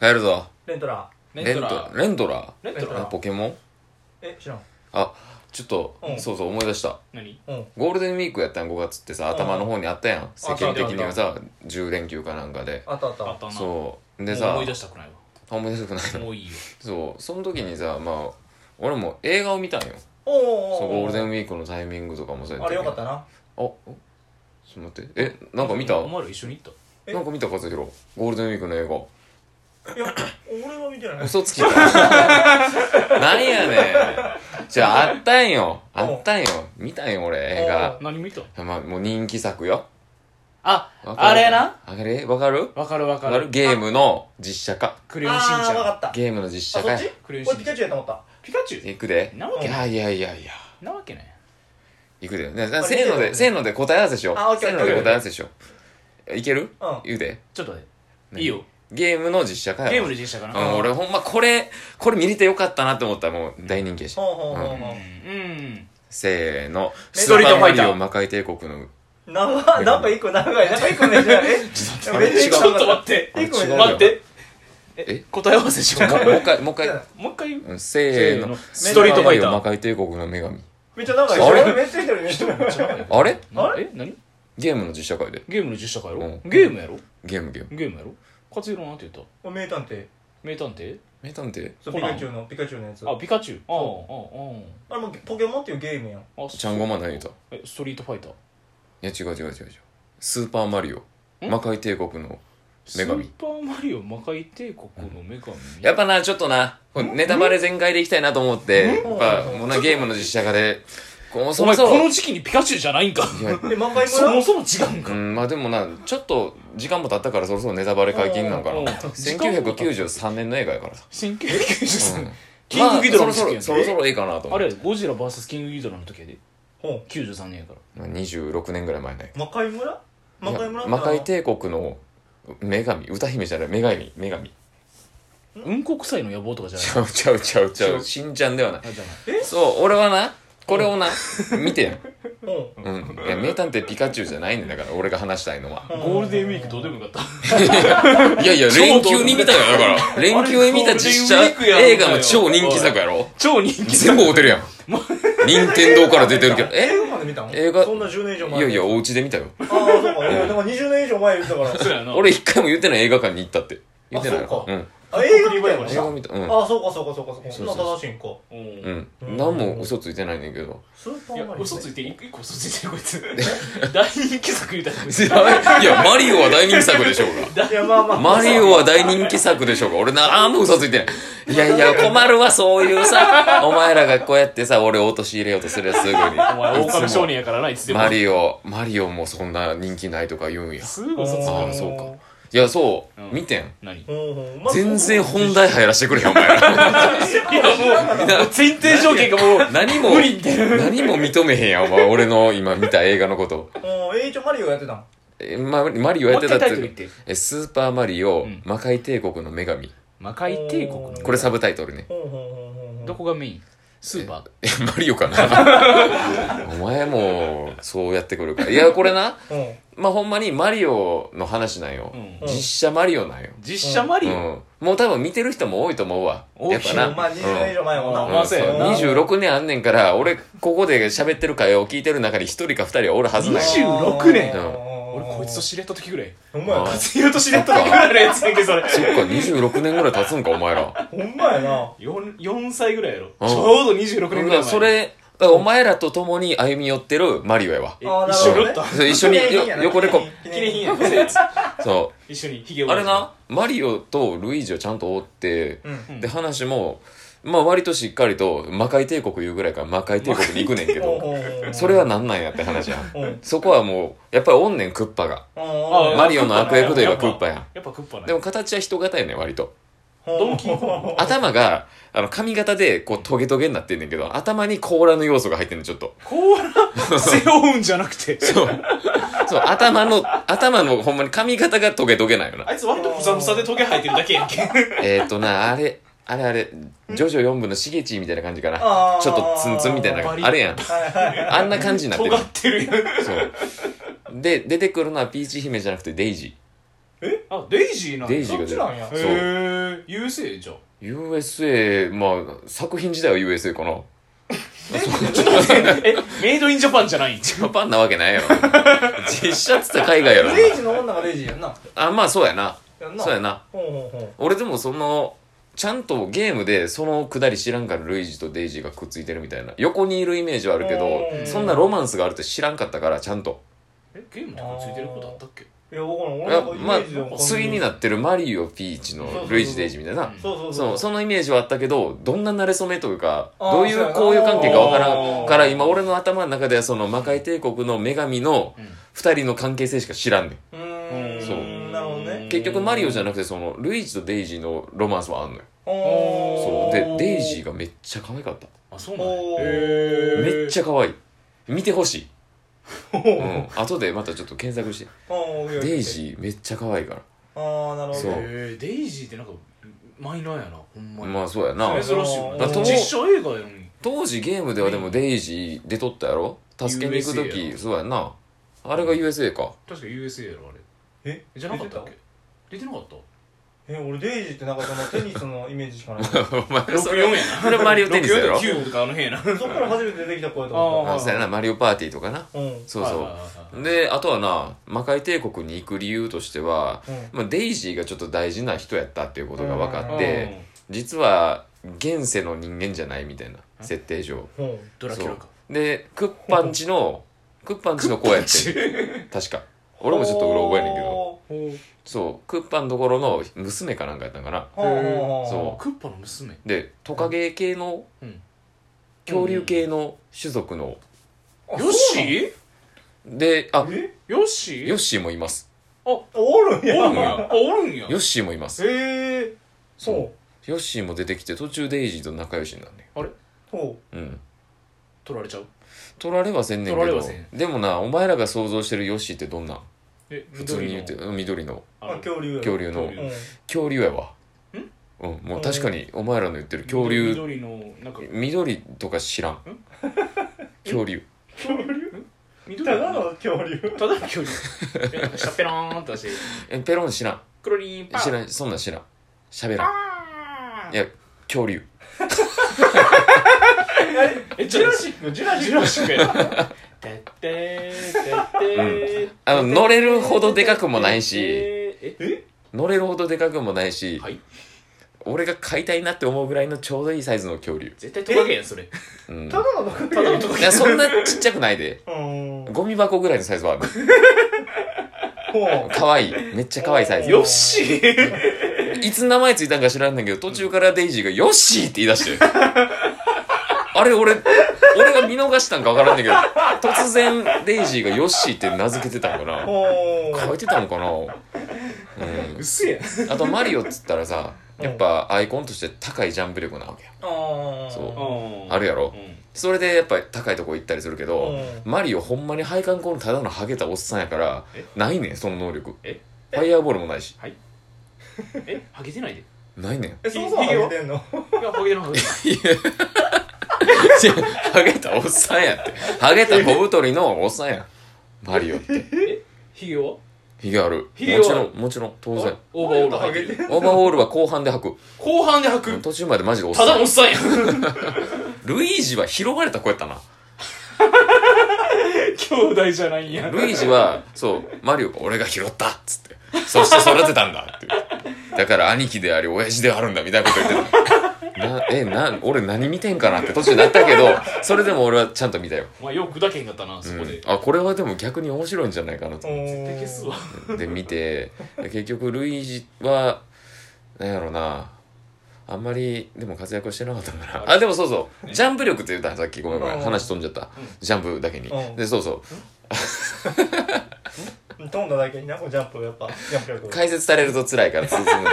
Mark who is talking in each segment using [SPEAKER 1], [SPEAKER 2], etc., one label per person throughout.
[SPEAKER 1] 流行るぞ。
[SPEAKER 2] レントラ
[SPEAKER 1] レントラ。レントラ
[SPEAKER 3] レン
[SPEAKER 2] レ
[SPEAKER 3] ト
[SPEAKER 2] ン
[SPEAKER 1] あ
[SPEAKER 3] ラ
[SPEAKER 1] ポケモン
[SPEAKER 2] え知らん
[SPEAKER 1] あ、ちょっと
[SPEAKER 2] う、ん
[SPEAKER 1] そうそう思い出した。
[SPEAKER 3] 何
[SPEAKER 2] うん
[SPEAKER 1] ゴールデンウィークやったん5月ってさ、頭の方にあったやん。世
[SPEAKER 2] た
[SPEAKER 1] 間的にはさ、10連休かなんかで。
[SPEAKER 2] あったあった
[SPEAKER 3] あったな
[SPEAKER 1] そう。で
[SPEAKER 3] もう
[SPEAKER 1] さ
[SPEAKER 3] 思い、出したくないわ
[SPEAKER 1] あ思い出したくないの。
[SPEAKER 3] もういいよ
[SPEAKER 1] そう、その時にさ、まあ、俺も映画を見たんよ。
[SPEAKER 2] おうおう
[SPEAKER 1] そう、
[SPEAKER 2] おう
[SPEAKER 1] ゴールデンウ
[SPEAKER 2] ン
[SPEAKER 1] ィークのタイミングとかもそうや
[SPEAKER 2] あれ
[SPEAKER 1] けど
[SPEAKER 2] よかったな
[SPEAKER 1] あ、おちょっと待って。え、なんか見た
[SPEAKER 3] お前ら一緒に行っ
[SPEAKER 2] え
[SPEAKER 1] なんか見た和弘。ゴールデンウィークの映画。
[SPEAKER 2] いや俺は見てない
[SPEAKER 1] 嘘つきかなんやねんじゃああったんよあったんよ見たんよ俺映
[SPEAKER 3] た
[SPEAKER 1] 画
[SPEAKER 3] 何見た
[SPEAKER 1] まあもう人気作よ
[SPEAKER 3] あ
[SPEAKER 1] わか
[SPEAKER 3] あ
[SPEAKER 1] る
[SPEAKER 3] れな
[SPEAKER 1] あれわかる
[SPEAKER 3] わかるわ
[SPEAKER 1] わ
[SPEAKER 3] か
[SPEAKER 1] か
[SPEAKER 3] る
[SPEAKER 1] るゲームの実写化
[SPEAKER 3] ク
[SPEAKER 2] ク
[SPEAKER 3] レヨンしんち
[SPEAKER 2] あーわか
[SPEAKER 3] ゃ
[SPEAKER 2] った
[SPEAKER 1] ゲームの実写
[SPEAKER 2] あそ
[SPEAKER 1] 化
[SPEAKER 2] っち
[SPEAKER 3] クレヨンしん
[SPEAKER 2] 俺ピカチュウやと思った
[SPEAKER 3] んピカチュ
[SPEAKER 1] 行くで
[SPEAKER 3] ウなわ
[SPEAKER 1] い
[SPEAKER 3] けな
[SPEAKER 1] や
[SPEAKER 3] い
[SPEAKER 1] いやいやいや
[SPEAKER 3] なわけない
[SPEAKER 1] 行くでなな
[SPEAKER 2] あ
[SPEAKER 1] せーの
[SPEAKER 2] 見て
[SPEAKER 1] で
[SPEAKER 2] る
[SPEAKER 1] せーので答え合わせしよう
[SPEAKER 2] あオッケ
[SPEAKER 1] せ
[SPEAKER 2] ー
[SPEAKER 1] ーので
[SPEAKER 2] オッケー
[SPEAKER 1] 答え合わせしよういける
[SPEAKER 2] うん
[SPEAKER 1] 言うで
[SPEAKER 3] ちょっと待って
[SPEAKER 1] 何
[SPEAKER 3] いいよ
[SPEAKER 1] ゲームの実写化や
[SPEAKER 3] ゲーム
[SPEAKER 1] の
[SPEAKER 3] で実写か
[SPEAKER 1] う
[SPEAKER 3] なん
[SPEAKER 1] 俺ほんまこれこれ見れてよかったなって思ったらもう大人気やし
[SPEAKER 2] ほうほうほう
[SPEAKER 1] う
[SPEAKER 2] ほ
[SPEAKER 3] うん
[SPEAKER 1] せーの
[SPEAKER 2] ス
[SPEAKER 1] ス
[SPEAKER 2] ト
[SPEAKER 1] ー
[SPEAKER 2] リー
[SPEAKER 1] パー
[SPEAKER 3] トフ
[SPEAKER 1] マ
[SPEAKER 3] ァイ
[SPEAKER 1] リ
[SPEAKER 3] ター
[SPEAKER 1] オ魔界帝国の
[SPEAKER 2] う長いなんか一個長いなんか一個ねじゃあえ
[SPEAKER 1] ちょっと
[SPEAKER 2] め
[SPEAKER 1] 待
[SPEAKER 2] っ
[SPEAKER 1] って
[SPEAKER 2] ちゃ
[SPEAKER 3] ちょっと待って
[SPEAKER 1] あれ違う
[SPEAKER 2] 一個
[SPEAKER 1] よ
[SPEAKER 2] ね
[SPEAKER 3] 待って
[SPEAKER 1] え
[SPEAKER 3] え答え合わせしよう
[SPEAKER 1] も
[SPEAKER 3] か
[SPEAKER 1] うもう一 回、もう一回。
[SPEAKER 3] もう一回言う
[SPEAKER 1] うんせーの。
[SPEAKER 3] ストリートファイター
[SPEAKER 1] 魔界帝国の女神。
[SPEAKER 2] めっちゃ長い
[SPEAKER 1] あれ
[SPEAKER 2] 俺めっちゃ一人ね
[SPEAKER 1] あれ
[SPEAKER 2] あれ
[SPEAKER 3] え何
[SPEAKER 1] ゲームの実写会で。
[SPEAKER 3] ゲームの実写化やろ
[SPEAKER 1] うん
[SPEAKER 3] ゲームやろ
[SPEAKER 1] ゲームゲーム。
[SPEAKER 3] ゲームやろ勝弘なんて言った
[SPEAKER 2] お名探偵
[SPEAKER 3] 名探偵
[SPEAKER 1] 名探偵
[SPEAKER 2] そう
[SPEAKER 3] コ
[SPEAKER 2] ピ
[SPEAKER 3] ナン
[SPEAKER 2] カチュウのピカチュウのやつ
[SPEAKER 3] あ
[SPEAKER 2] あ
[SPEAKER 3] ピカチュウあ
[SPEAKER 2] れもポケモンっていうゲームやん
[SPEAKER 3] ああああ
[SPEAKER 1] ちゃんごま何言うたい
[SPEAKER 3] えストリートファイター
[SPEAKER 1] や、違う違う違う違う。スーパーマリオ。
[SPEAKER 3] ん
[SPEAKER 1] 魔界帝国の女
[SPEAKER 3] スー
[SPEAKER 1] 神。
[SPEAKER 3] パーマリオ魔界帝国の女神
[SPEAKER 1] やっぱな、ちょっとな、こうネタバレ全開でいきたいなと思って、
[SPEAKER 2] うん
[SPEAKER 1] やっぱ、もうな、ゲームの実写化で、こうそ
[SPEAKER 3] お
[SPEAKER 1] も
[SPEAKER 3] 前
[SPEAKER 1] そ
[SPEAKER 3] こ
[SPEAKER 1] も
[SPEAKER 3] の、時期にピカチュウじゃないんか
[SPEAKER 1] いや
[SPEAKER 2] で魔界
[SPEAKER 3] そも
[SPEAKER 2] 村
[SPEAKER 3] そも違うん
[SPEAKER 1] う
[SPEAKER 3] か
[SPEAKER 1] ん、まあでもな、ちょっと、時間も経ったからそろそろネタバレ解禁なんか
[SPEAKER 3] うん
[SPEAKER 1] な。
[SPEAKER 3] うん
[SPEAKER 1] 1993年の映画やからさ。
[SPEAKER 3] 1993
[SPEAKER 1] うん
[SPEAKER 3] 年キングギドラの時期や
[SPEAKER 1] まあそろそろ、そろそろええかなと思
[SPEAKER 3] あ
[SPEAKER 1] っ
[SPEAKER 3] れ
[SPEAKER 1] て。
[SPEAKER 3] やでゴジラ VS キングギドラの時やで
[SPEAKER 2] ほ
[SPEAKER 3] 93年やから
[SPEAKER 1] まあ26年ぐらい前ね。
[SPEAKER 2] う魔界村魔界
[SPEAKER 1] い
[SPEAKER 2] 村っ
[SPEAKER 1] や
[SPEAKER 2] て
[SPEAKER 1] 魔界帝国の女神歌姫じゃない女神女神
[SPEAKER 3] うんこ臭いの野望とかじゃない
[SPEAKER 1] ちゃうちゃうちゃうちゃ
[SPEAKER 3] 違
[SPEAKER 1] う
[SPEAKER 3] う
[SPEAKER 1] しんちゃんではない
[SPEAKER 3] あじゃない
[SPEAKER 1] そう俺はなこれをな見てん、
[SPEAKER 2] あのうん
[SPEAKER 1] うん、いや名探偵ピカチュウじゃないんだから俺が話したいのは
[SPEAKER 3] ゴールデンウィークどうでもよかっ
[SPEAKER 1] いやいや
[SPEAKER 3] 超
[SPEAKER 1] 連休に見たよだから連休に見た実写映画の超人気作やろ
[SPEAKER 3] た超人気
[SPEAKER 1] 全部合うてるやん 任天堂から出てるけ ど
[SPEAKER 2] 映
[SPEAKER 1] え
[SPEAKER 2] 画まで見たの
[SPEAKER 1] 映画
[SPEAKER 2] そんな10年以上
[SPEAKER 1] い
[SPEAKER 2] 前
[SPEAKER 1] やいやお家で見たよ
[SPEAKER 2] ああそうか俺なんか20年以上前言ってた から
[SPEAKER 3] そうやな
[SPEAKER 1] 俺一回も言ってない映画館に行ったって言ってない
[SPEAKER 2] あそう
[SPEAKER 1] の
[SPEAKER 2] か
[SPEAKER 1] うん
[SPEAKER 2] あ映画見たよ
[SPEAKER 1] 映画見たうん
[SPEAKER 2] ああそうかそうかそうかそうかそ
[SPEAKER 1] そ
[SPEAKER 2] ん
[SPEAKER 1] うそ
[SPEAKER 2] な
[SPEAKER 1] うそう
[SPEAKER 2] 正しいんか
[SPEAKER 3] う
[SPEAKER 1] うんん何も嘘ついてないねんけど
[SPEAKER 2] スーパ
[SPEAKER 3] い
[SPEAKER 2] ー
[SPEAKER 3] や
[SPEAKER 2] マリオ
[SPEAKER 3] 嘘ついて一個嘘ついてるこいつ大人気作みたいな こいつ
[SPEAKER 1] いや、マリオは大人気作でしょう
[SPEAKER 2] いやまあまあ
[SPEAKER 1] が。 マリオは大人気作でしょうが。俺なんも嘘ついてない。いやいや、困るわ、そういうさ。お前らがこうやってさ、俺を陥れようとするやつすぐに。
[SPEAKER 3] お前
[SPEAKER 1] いつも
[SPEAKER 3] 狼少年やからないつでも
[SPEAKER 1] マリオ、マリオもそんな人気ないとか言うんや。
[SPEAKER 3] すぐ嘘つく
[SPEAKER 1] ああ、
[SPEAKER 3] の
[SPEAKER 1] そうか。いや、そう
[SPEAKER 3] うん。
[SPEAKER 1] 見てん。
[SPEAKER 3] 何
[SPEAKER 2] ほうほうまあ
[SPEAKER 1] 全然本題入らしてくれよ、お前ら。
[SPEAKER 3] いやもうもう前提条件がもう
[SPEAKER 1] 何も、
[SPEAKER 3] 無理みたいな
[SPEAKER 1] 何も認めへんやん、お前。俺の今見た映画のこと。
[SPEAKER 2] うんえ一応マリオやってたん
[SPEAKER 1] え、ま、マリオやってたっ
[SPEAKER 3] もう一回タイトル言って
[SPEAKER 1] て。え、スーパーマリオ
[SPEAKER 3] うん、
[SPEAKER 1] 魔界帝国の女神。
[SPEAKER 3] 魔界帝国の
[SPEAKER 1] これサブタイトルね。
[SPEAKER 2] ほうほうほうほうほう
[SPEAKER 3] どこがメインスーパー
[SPEAKER 1] え、マリオ かなお前も、そうやってくるか。いや、これな、
[SPEAKER 2] うん
[SPEAKER 1] まあ、ほんまにマリオの話なんよ。
[SPEAKER 3] うん
[SPEAKER 1] 実写マリオなんよ。
[SPEAKER 3] 実写マ
[SPEAKER 1] う
[SPEAKER 3] リオ
[SPEAKER 1] ん。もう多分見てる人も多いと思うわ。
[SPEAKER 3] 多い
[SPEAKER 1] やっぱな。
[SPEAKER 2] まあ20年以上前もな
[SPEAKER 3] うん
[SPEAKER 1] うん
[SPEAKER 3] まあ
[SPEAKER 1] そ
[SPEAKER 3] そううやな
[SPEAKER 1] 26年あんねんから、俺、ここで喋ってる会を聞いてる中に一人か二人はおるはずなんよ。
[SPEAKER 3] 26年
[SPEAKER 1] うん
[SPEAKER 3] 俺こいつと知り合った時ぐらい
[SPEAKER 2] ほんまやな
[SPEAKER 1] あ
[SPEAKER 3] 勝弘と知り合った時ぐらいのやつやんけそれ
[SPEAKER 1] そっか、26年ぐらい経つんか、お前ら。
[SPEAKER 2] ほんまやな
[SPEAKER 3] 4, 4歳ぐらいやろ、
[SPEAKER 1] うん
[SPEAKER 3] ちょうど26年ぐらい前
[SPEAKER 1] それ、だからお前らと共に歩み寄ってるマリオやわ。
[SPEAKER 3] え
[SPEAKER 2] あー
[SPEAKER 3] 一緒にお
[SPEAKER 2] な
[SPEAKER 3] っ
[SPEAKER 2] るほど
[SPEAKER 3] た
[SPEAKER 2] ね
[SPEAKER 1] そう一緒によ
[SPEAKER 2] 記念品やな
[SPEAKER 1] 横でこう
[SPEAKER 2] 記
[SPEAKER 3] 記念
[SPEAKER 2] 念
[SPEAKER 3] 品
[SPEAKER 2] 品
[SPEAKER 3] やんこのやつ
[SPEAKER 1] そ
[SPEAKER 3] 一緒にヒゲ
[SPEAKER 1] う。あれな、マリオとルイージをちゃんと追って、
[SPEAKER 2] うん
[SPEAKER 1] で話も、まあ、割としっかりと魔界帝国言うぐらいから魔界帝国に行くねんけ
[SPEAKER 2] ほうほ
[SPEAKER 1] ど
[SPEAKER 2] うほうほう
[SPEAKER 1] それはなんなんやって話やん
[SPEAKER 2] うんうん
[SPEAKER 1] そこはもうやっぱりおんねんクッパが
[SPEAKER 2] うん
[SPEAKER 1] マリオの悪役といえばクッパやん
[SPEAKER 3] やっぱクッパね
[SPEAKER 1] でも形は人型やねん割と
[SPEAKER 3] ドンキーコン
[SPEAKER 1] 頭があの髪型でこうトゲトゲになってんねんけど頭に甲羅の要素が入ってんねんちょっと
[SPEAKER 3] こ うな背負うんじゃなくて
[SPEAKER 1] そうそう頭の頭のほんまに髪型がトゲトゲなんよな
[SPEAKER 3] あいつ割とふさふさでトゲ生えてるだけやんけ
[SPEAKER 1] えー、っとなあれあれあれジョジョ4部のしげちみたいな感じかな
[SPEAKER 2] あー
[SPEAKER 1] ちょっとツンツンみたいな
[SPEAKER 3] バリ
[SPEAKER 1] あれやん
[SPEAKER 2] はいはい
[SPEAKER 1] あんな感じになってる
[SPEAKER 3] 尖ってるやん
[SPEAKER 1] そう。で、出てくるのはピーチ姫じゃなくてデイジ
[SPEAKER 2] え
[SPEAKER 3] あデイジーなんだ
[SPEAKER 1] デイジーが出
[SPEAKER 2] そっちなんや
[SPEAKER 1] そう
[SPEAKER 3] へえ USA じゃん
[SPEAKER 1] USA まあ作品自体は USA かな
[SPEAKER 3] えメイドインジャパンじゃないんじゃん
[SPEAKER 1] ジャパンなわけないやろ実写っつったら海外やろ
[SPEAKER 2] レイジの女がレイジやんな
[SPEAKER 1] あまあそうやな
[SPEAKER 2] やんな
[SPEAKER 1] そうやな
[SPEAKER 2] ほうほうほう
[SPEAKER 1] 俺でもそのちゃんとゲームでそのくだり知らんからルイージとデイジーがくっついてるみたいな横にいるイメージはあるけ
[SPEAKER 2] う
[SPEAKER 1] ど
[SPEAKER 2] ん
[SPEAKER 1] そんなロマンスがあるって知らんかったからちゃんと
[SPEAKER 3] えゲームとかついてることあったっけ
[SPEAKER 2] いやわからん
[SPEAKER 1] い
[SPEAKER 2] 俺
[SPEAKER 1] や
[SPEAKER 2] なんかイメ
[SPEAKER 1] まあ
[SPEAKER 2] ージでもこん
[SPEAKER 1] 対になってるマリオピーチのルイージデイジーみたいな
[SPEAKER 2] そうそう
[SPEAKER 1] そうそのイメージはあったけどどんな馴れ初めというか
[SPEAKER 2] あー
[SPEAKER 1] どうい
[SPEAKER 2] そうや
[SPEAKER 1] う
[SPEAKER 2] な
[SPEAKER 1] 交友関係かわからんから
[SPEAKER 3] あー
[SPEAKER 1] 今俺の頭の中ではその魔界帝国の女神の
[SPEAKER 3] うん
[SPEAKER 1] 2人の関係性しか知らんねん
[SPEAKER 2] うーん
[SPEAKER 1] そう
[SPEAKER 2] なるほどね
[SPEAKER 1] 結局マリオじゃなくてそのルイージとデイジーのロマンスはあんのよ
[SPEAKER 2] お
[SPEAKER 1] そ
[SPEAKER 2] ー
[SPEAKER 1] うで
[SPEAKER 3] おー
[SPEAKER 1] デイジーがめっちゃ可愛かった
[SPEAKER 3] あそうなんだ
[SPEAKER 2] おー
[SPEAKER 3] へー
[SPEAKER 1] めっちゃ可愛い見てほしい、う
[SPEAKER 2] お
[SPEAKER 1] ん、後でまたちょっと検索して
[SPEAKER 2] ーいやいやいや
[SPEAKER 1] デイジーめっちゃ可愛いか
[SPEAKER 2] あーなるほど
[SPEAKER 1] そう
[SPEAKER 3] へーデイジーってなんかマイナーやなほんま
[SPEAKER 1] ら
[SPEAKER 3] に、
[SPEAKER 1] まあそうやな
[SPEAKER 3] 珍しいよね
[SPEAKER 1] だと
[SPEAKER 3] 実写映画やのに
[SPEAKER 1] 当時ゲームではでもデイジー出とったやろ助けに行く
[SPEAKER 3] USA や
[SPEAKER 1] 時
[SPEAKER 3] ろ
[SPEAKER 1] そうやなあれが USA か
[SPEAKER 3] 確か USA やろあれ
[SPEAKER 2] え
[SPEAKER 3] じゃなかったっけ出てなかった
[SPEAKER 2] え俺デイジーってなんかそのテニスのイメージしかない
[SPEAKER 1] お前そ
[SPEAKER 3] 64
[SPEAKER 1] れ
[SPEAKER 3] やな
[SPEAKER 1] それマリオテニスやろ
[SPEAKER 3] 64と9とかあの辺やな
[SPEAKER 2] そっから初めて出てきた子やと思っ
[SPEAKER 1] あそうやなマリオパーティーとかな
[SPEAKER 2] たうん
[SPEAKER 1] そう
[SPEAKER 3] はいはい
[SPEAKER 1] そ
[SPEAKER 3] はいはいう
[SPEAKER 1] であとはな魔界帝国に行く理由としては、
[SPEAKER 2] う
[SPEAKER 1] まあ、デイジーがちょっと大事な人やったっていうことが分かって
[SPEAKER 3] うん
[SPEAKER 1] 実は現世の人間じゃないみたいな設定上
[SPEAKER 2] ほ
[SPEAKER 3] ドラキュラか
[SPEAKER 1] そうでクッパンチのクッパンチの子やって確か
[SPEAKER 2] う
[SPEAKER 1] 俺もちょっとうろ覚えやねんけど
[SPEAKER 2] ほ
[SPEAKER 3] ほう
[SPEAKER 1] そうクッパのところの娘かなんかやったんかな
[SPEAKER 2] うほうほう
[SPEAKER 1] そ
[SPEAKER 3] クッパの娘
[SPEAKER 1] でトカゲ系の
[SPEAKER 3] うん
[SPEAKER 1] 恐竜系の種族の
[SPEAKER 2] あ
[SPEAKER 3] ヨッシー
[SPEAKER 1] であ
[SPEAKER 2] え
[SPEAKER 3] ヨッシー
[SPEAKER 1] ヨッシーもいます
[SPEAKER 2] おるん
[SPEAKER 3] お
[SPEAKER 2] や
[SPEAKER 3] るんやあおるんや
[SPEAKER 1] ヨッシーもいます
[SPEAKER 2] へえ
[SPEAKER 1] そう
[SPEAKER 2] そ
[SPEAKER 1] ヨッシーも出てきて途中デイジーと仲良しになるね
[SPEAKER 2] うほ
[SPEAKER 1] うん
[SPEAKER 3] 取られちゃう
[SPEAKER 1] 取られはせんねんけ
[SPEAKER 3] 取られ
[SPEAKER 1] ど
[SPEAKER 3] はせん
[SPEAKER 1] でもなお前らが想像してるヨッシーってどんなん
[SPEAKER 3] え
[SPEAKER 1] 普通に言って
[SPEAKER 3] 緑の
[SPEAKER 1] うん緑の
[SPEAKER 2] う
[SPEAKER 3] あの
[SPEAKER 2] あ恐竜や
[SPEAKER 1] 恐竜の
[SPEAKER 3] 竜
[SPEAKER 2] うん
[SPEAKER 1] 恐竜やわ
[SPEAKER 3] ん
[SPEAKER 1] うんもう確かにお前らの言ってる恐
[SPEAKER 3] 緑
[SPEAKER 1] 竜
[SPEAKER 3] 緑の なんか
[SPEAKER 1] 緑とか知らん 恐竜
[SPEAKER 2] 恐竜
[SPEAKER 3] 緑
[SPEAKER 2] ただ
[SPEAKER 3] の
[SPEAKER 2] の恐竜
[SPEAKER 3] ただの 恐竜えなんかシャッペローンって出して
[SPEAKER 1] えペロン知らん
[SPEAKER 3] クロリンパン
[SPEAKER 1] 知らんそんなん知らん喋らん
[SPEAKER 3] パ
[SPEAKER 1] いや恐竜
[SPEAKER 3] ーンえ
[SPEAKER 2] ジュラシックジュラシ
[SPEAKER 3] ジ
[SPEAKER 2] ッ
[SPEAKER 3] ュラシックやなてってーてってー
[SPEAKER 1] あの乗れるほどでかくもないし
[SPEAKER 3] え
[SPEAKER 2] クえ
[SPEAKER 1] 乗れるほどでかくもないし
[SPEAKER 3] はい
[SPEAKER 1] 俺が飼いたいなって思うぐらいのちょうどいいサイズの恐竜
[SPEAKER 3] 絶対トカゲやんそれ
[SPEAKER 1] うん
[SPEAKER 2] ただの恐竜
[SPEAKER 3] ただのトカ
[SPEAKER 1] い
[SPEAKER 3] ゲ
[SPEAKER 1] やそんなちっちゃくないで
[SPEAKER 2] うん
[SPEAKER 1] ゴミ箱ぐらいのサイズはある
[SPEAKER 2] ほう
[SPEAKER 1] 可愛いめっちゃ可愛いサイズ
[SPEAKER 3] ヨッシー
[SPEAKER 1] いつ名前ついたんか知らんねんけど途中からデイジーが「ヨッシー」って言い出してあれ俺俺が見逃したんか分からんねんけど突然デイジーが「ヨッシー」って名付けてたんかな
[SPEAKER 2] ほう
[SPEAKER 1] 書いてたのかなうん
[SPEAKER 3] 薄やん
[SPEAKER 1] あとマリオっつったらさやっぱアイコンとして高いジャンプ力なわけや
[SPEAKER 2] ああ
[SPEAKER 1] そ
[SPEAKER 3] うん
[SPEAKER 1] あるやろ
[SPEAKER 3] うん
[SPEAKER 1] それでやっぱり高いとこ行ったりするけどマリオほんまに配管工のただのハゲたおっさんやから
[SPEAKER 3] え
[SPEAKER 1] ないねんその能力
[SPEAKER 3] え
[SPEAKER 1] ファイヤーボールもないし
[SPEAKER 3] えハゲてないで
[SPEAKER 1] ないねん
[SPEAKER 2] えそもそも
[SPEAKER 3] ひげは
[SPEAKER 2] ハゲてんの
[SPEAKER 3] いやハゲてないハゲてない
[SPEAKER 1] 違うハゲたおっさんやってハゲた小太りのおっさんやんマリオって
[SPEAKER 3] ヒゲは
[SPEAKER 1] ヒゲある
[SPEAKER 3] ヒゲは
[SPEAKER 1] もちろんもちろん当然
[SPEAKER 3] オーバーオール
[SPEAKER 2] ハ
[SPEAKER 3] ハ
[SPEAKER 2] ゲ
[SPEAKER 3] ゲ
[SPEAKER 2] て
[SPEAKER 3] て
[SPEAKER 2] ん
[SPEAKER 3] る
[SPEAKER 1] オーバーオールは後半で履
[SPEAKER 3] 後半で履
[SPEAKER 1] く
[SPEAKER 3] く
[SPEAKER 1] 途中までマジでおった
[SPEAKER 3] だ
[SPEAKER 1] さ
[SPEAKER 3] のお
[SPEAKER 1] ん
[SPEAKER 3] っさんやん
[SPEAKER 1] ルイージは拾われた子やったな
[SPEAKER 3] 兄弟じゃないんや
[SPEAKER 1] ルイージはそうマリオが俺が拾ったっつってそして育てたんだっていうだから兄貴であり親父ではあるんだみたいなこと言ってた なえな俺何見てんかなって途中になったけどそれでも俺はちゃんと見たよ、
[SPEAKER 3] まあよく砕けんかったな
[SPEAKER 1] う
[SPEAKER 3] そ
[SPEAKER 1] ん
[SPEAKER 3] こで
[SPEAKER 1] あこれはでも逆に面白いんじゃないかなと思って
[SPEAKER 3] で消すわ
[SPEAKER 1] で見て結局ルイージはなんやろなあんまりでも活躍はしてなかったんだなあでもそうそうジャンプ力って言ったのさっきごめんごめ
[SPEAKER 2] うん
[SPEAKER 1] ん話飛んじゃった
[SPEAKER 3] うん
[SPEAKER 1] ジャンプだけに
[SPEAKER 2] うん
[SPEAKER 1] でそうそう
[SPEAKER 2] うん飛んだだけになこうジャンプやっぱジャンプ力
[SPEAKER 1] 解説されると辛いから続くの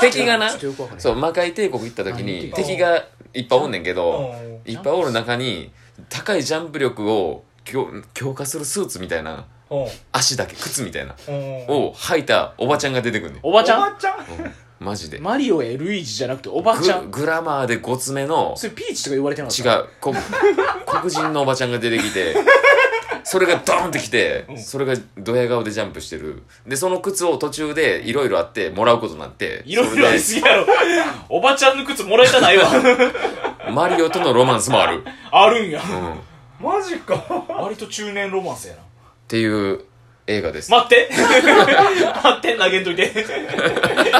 [SPEAKER 1] 敵がな
[SPEAKER 3] ちょっとよくわかんない
[SPEAKER 1] そう魔界帝国行った時に
[SPEAKER 3] 何
[SPEAKER 1] 敵がいっぱいおんねんけど
[SPEAKER 2] うん
[SPEAKER 1] いっぱいおる中に高いジャンプ力を強強化するスーツみたいな
[SPEAKER 2] うん
[SPEAKER 1] 足だけ靴みたいな
[SPEAKER 2] うん
[SPEAKER 1] を履いたおばちゃんが出てくんねん
[SPEAKER 3] おばち
[SPEAKER 2] お
[SPEAKER 3] ゃ
[SPEAKER 2] ばちゃん
[SPEAKER 1] うんマジで
[SPEAKER 3] んマリオやルイージじゃなくておばちゃん
[SPEAKER 1] ググラマーでごつめの
[SPEAKER 3] それピーチとか言われてなかっ
[SPEAKER 1] 違
[SPEAKER 3] た
[SPEAKER 1] うこ黒人のおばちゃんが出てきてそれがドーンってきて
[SPEAKER 3] うん
[SPEAKER 1] それがドヤ顔でジャンプしてるでその靴を途中でいろいろあってもらうことになって
[SPEAKER 3] いろいろありすぎやろ。おばちゃんの靴もらえたないわ。
[SPEAKER 1] それでマリオとのロマンスもある、
[SPEAKER 3] あるんや。
[SPEAKER 1] うん、っ
[SPEAKER 2] マジか。
[SPEAKER 3] 割と中年ロマンスやな。
[SPEAKER 1] ていう映画です、
[SPEAKER 3] 待って待って投げんといて。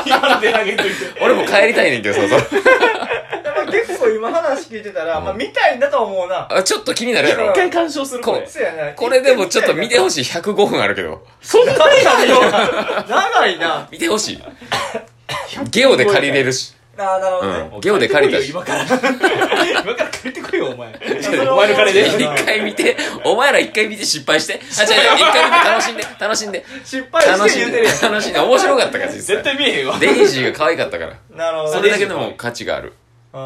[SPEAKER 3] 今ので投げんといて。
[SPEAKER 1] 俺も帰りたいねんけどそうそう
[SPEAKER 2] まあ結構今話聞いてたら、まあ見たいんだとは思うな。
[SPEAKER 1] あちょっと気になるやろ
[SPEAKER 3] 一回鑑賞するこれ。
[SPEAKER 2] そうやな。
[SPEAKER 1] これでもちょっと見てほしい105分あるけど
[SPEAKER 3] そんなにあるよ。
[SPEAKER 2] 長いな。
[SPEAKER 1] 見てほ しいゲオで借りれるし、
[SPEAKER 2] ああ、なるほどね。
[SPEAKER 1] うん、ゲオで借りたし
[SPEAKER 3] 今から。今 から借りてこいよ、お前。
[SPEAKER 2] や
[SPEAKER 3] お前の金で。
[SPEAKER 2] い や
[SPEAKER 1] 一回見てお前ら一回見て失敗してあ違う違う一回見て楽しんで楽しんで
[SPEAKER 2] 失敗し
[SPEAKER 1] 楽
[SPEAKER 2] て
[SPEAKER 1] し
[SPEAKER 2] 言
[SPEAKER 1] ん
[SPEAKER 2] うて
[SPEAKER 1] で
[SPEAKER 2] るや
[SPEAKER 1] 楽しんで面白かったから実際
[SPEAKER 3] 絶対見えへんわ。
[SPEAKER 1] デイジーが可愛かったから
[SPEAKER 2] ん。なるほどね。
[SPEAKER 1] それだけでも価値がある
[SPEAKER 2] あ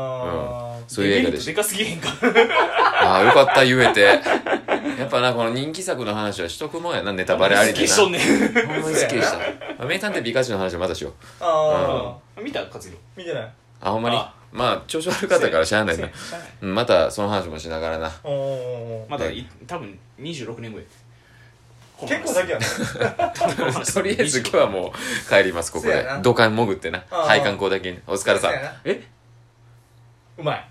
[SPEAKER 2] ー
[SPEAKER 1] そういう映画でし
[SPEAKER 3] でかすぎへんか。
[SPEAKER 1] たああよかった言えてやっぱなこの人気作の話はしとくもんやなネタバレあり
[SPEAKER 3] 好
[SPEAKER 1] で
[SPEAKER 3] きっ
[SPEAKER 1] な
[SPEAKER 3] しょんねん。
[SPEAKER 1] ほんまにすっきりしたまあ名探偵ピカチュウの話はまたしよう
[SPEAKER 2] あ
[SPEAKER 3] 見た勝弘。
[SPEAKER 2] ー、見てない。
[SPEAKER 1] あほんまに
[SPEAKER 3] あ
[SPEAKER 1] まあ調子悪かったからしゃあないなうんまたその話もしながらな
[SPEAKER 2] おーおーおー
[SPEAKER 3] まだい、多分26年後や。
[SPEAKER 2] 結構先やね。
[SPEAKER 1] とりあえず今日はもう帰りますここ
[SPEAKER 2] そう
[SPEAKER 1] で
[SPEAKER 2] やな
[SPEAKER 1] 土管潜ってな
[SPEAKER 2] ああ
[SPEAKER 1] 配管工だけにお疲れさん
[SPEAKER 2] そうやな
[SPEAKER 1] え
[SPEAKER 2] うまい。